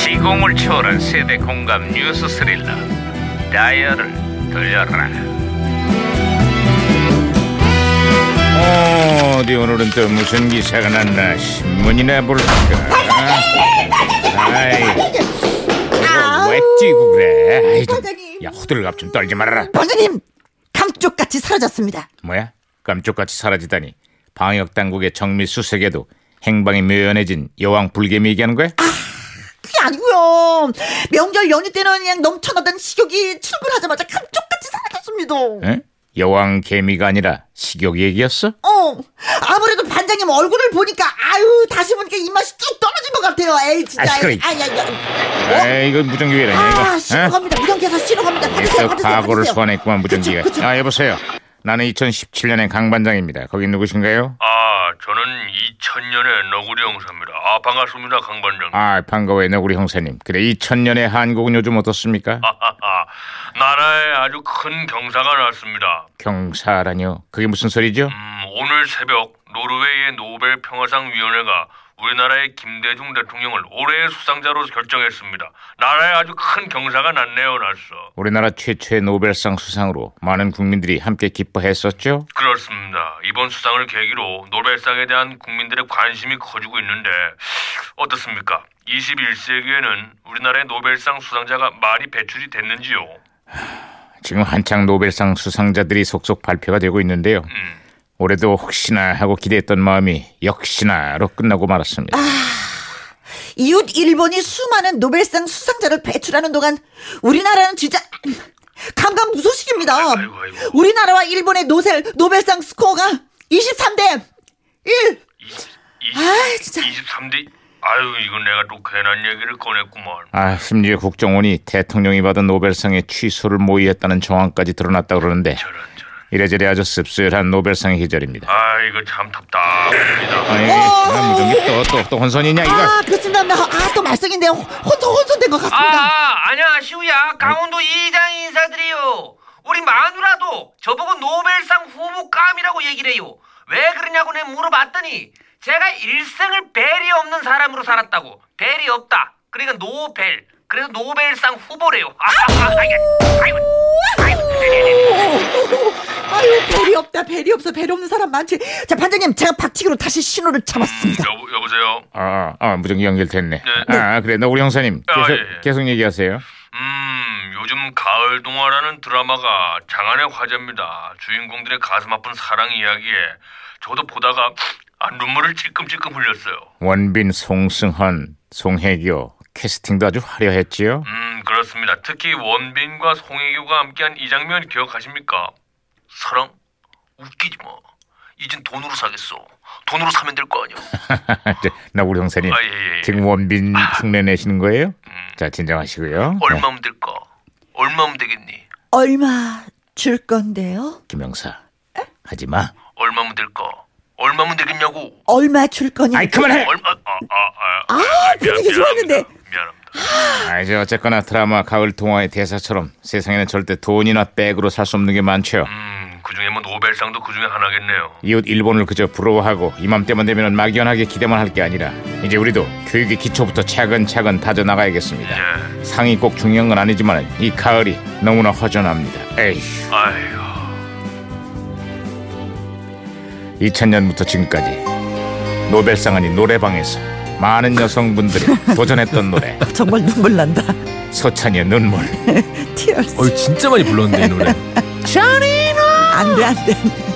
시공을 초월한 세대 공감 뉴스 스릴러 다이얼을 돌려라 어디 오늘은 또 무슨 기사가 났나 신문이나 볼까 아이 이거 왜 뛰고 그래 아이 반장님. 좀야 호들갑 좀 떨지 말아라 반장님 감쪽같이 사라졌습니다. 뭐야 깜쪽같이 사라지다니 방역당국의 정밀수색에도 행방이 묘연해진 여왕 불개미 얘기하는 거야? 그게 아니고요. 명절 연휴 때는 그냥 넘쳐나던 식욕이 출근하자마자 감쪽같이 사라졌습니다. 응? 여왕 개미가 아니라 식욕 얘기였어? 어 아무래도 반장님 얼굴을 보니까 아유 다시 보니까 입맛이 쭉 떨어진 것 같아요. 에이 진짜. 아, 시끄러워. 에이, 아니 아니. 아니. 어? 에이 이거 무전기왜이러냐 이거 아 어? 신호갑니다. 무전기에서 신호갑니다. 받으세요. 받으세요. 또 네, 그 과거를 받으세요. 소환했구만 무전기가 그쵸, 그쵸. 아 여보세요 나는 2017년의 강반장입니다 거기 누구신가요? 아, 저는 2000년의 너구리 형사입니다. 아, 반갑습니다, 강 반장. 아. 아 반가워요 너구리 형사님 그래 2000년의 한국은 요즘 어떻습니까? 아. 아. 나라에 아주 큰 경사가 났습니다. 경사라뇨 그게 무슨 소리죠? 음, 오늘 새벽 노르웨이의 노벨 평화상 위원회가 우리나라의 김대중 대통령을 올해의 수상자로 결정했습니다. 나라에 아주 큰 경사가 났네요, 났어. 우리나라 최초의 노벨상 수상으로 많은 국민들이 함께 기뻐했었죠? 그렇습니다. 이번 수상을 계기로 노벨상에 대한 국민들의 관심이 커지고 있는데 어떻습니까? 21세기에는 우리나라의 노벨상 수상자가 많이 배출이 됐는지요? 지금 한창 노벨상 수상자들이 속속 발표가 되고 있는데요 음. 올해도 혹시나 하고 기대했던 마음이 역시나로 끝나고 말았습니다 아. 이웃 일본이 수많은 노벨상 수상자를 배출하는 동안 우리나라는 진짜 감감무소식입니다. 아이고, 아이고. 우리나라와 일본의 노셀 노벨상 스코어가 23대 1. 20, 아이, 진짜. 23대 아유 이건 내가 또 괜한 얘기를 꺼냈구만 아, 심지어 국정원이 대통령이 받은 노벨상의 취소를 모의했다는 정황까지 드러났다 그러는데 저런 저런 이래저래 아주 씁쓸한 노벨상의 계절입니다. 아 이거 참 답답합니다 아니, 어! 그럼 무전기 또또또 혼선이냐 이거? 아, 그렇습니다. 아, 또 말썽인데 혼선 혼선된 것 같습니다. 아, 안녕하시오야. 강원도 이장 인사드려요. 우리 마누라도 저보고 노벨상 후보감이라고 얘기를 해요. 왜 그러냐고 내 물어봤더니 제가 일생을 벨이 없는 사람으로 살았다고. 벨이 없다. 그러니까 노벨. 그래서 노벨상 후보래요. 아, 아, 아, 아이고, 아이고, 아이고. 아유, 배리 없다. 배리 없어. 배리 없는 사람 많지. 자, 반장님, 제가 박치기로 다시 신호를 잡았습니다. 여보, 여보세요 아, 아, 무전기 연결됐네. 네. 아, 그래, 너 우리 형사님 아, 계속 예, 예. 계속 얘기하세요. 음 요즘 가을 동화라는 드라마가 장안의 화제입니다 주인공들의 가슴 아픈 사랑 이야기에 저도 보다가 아, 눈물을 찔끔찔끔 흘렸어요 원빈, 송승헌, 송혜교 캐스팅도 아주 화려했지요. 음 그렇습니다 특히 원빈과 송혜교가 함께한 이 장면 기억하십니까? 사랑? 웃기지 마 이젠 돈으로 사겠어 돈으로 사면 될 거 아니야 나 우리 형사님 아, 예, 예. 네. 지금 원빈 흉내 내시는 거예요? 자, 진정하시고요. 네, 얼마면 될까? 얼마면 되겠니? 얼마 줄 건데요? 김영사, 하지 마. 예. 얼마면 될까? 얼마면 되겠냐고? 얼마 줄 거냐? 아이, 그만해. 얼마? 아, 아, 아. 아, 분위기 좋았는데. 미안합니다. 아, 이제 어쨌거나 드라마 가을 동화의 대사처럼 세상에는 절대 돈이나 백으로 살 수 없는 게 많죠. 음, 그중에 뭐 노벨상도 그중에 하나겠네요. 이웃 일본을 그저 부러워하고 이맘때만 되면 막연하게 기대만 할 게 아니라 이제 우리도 교육의 기초부터 차근차근 다져 나가야겠습니다. 예. 상이 꼭 중요한 건 아니지만 이 가을이 너무나 허전합니다. 에휴, 아휴. 2000년부터 지금까지 노벨상 아닌 노래방에서 많은 여성분들이 도전했던 노래 정말 눈물 난다. 서찬이의 눈물. 티얼스. 진짜 많이 불렀는데 이 노래. 안 돼, 안 돼.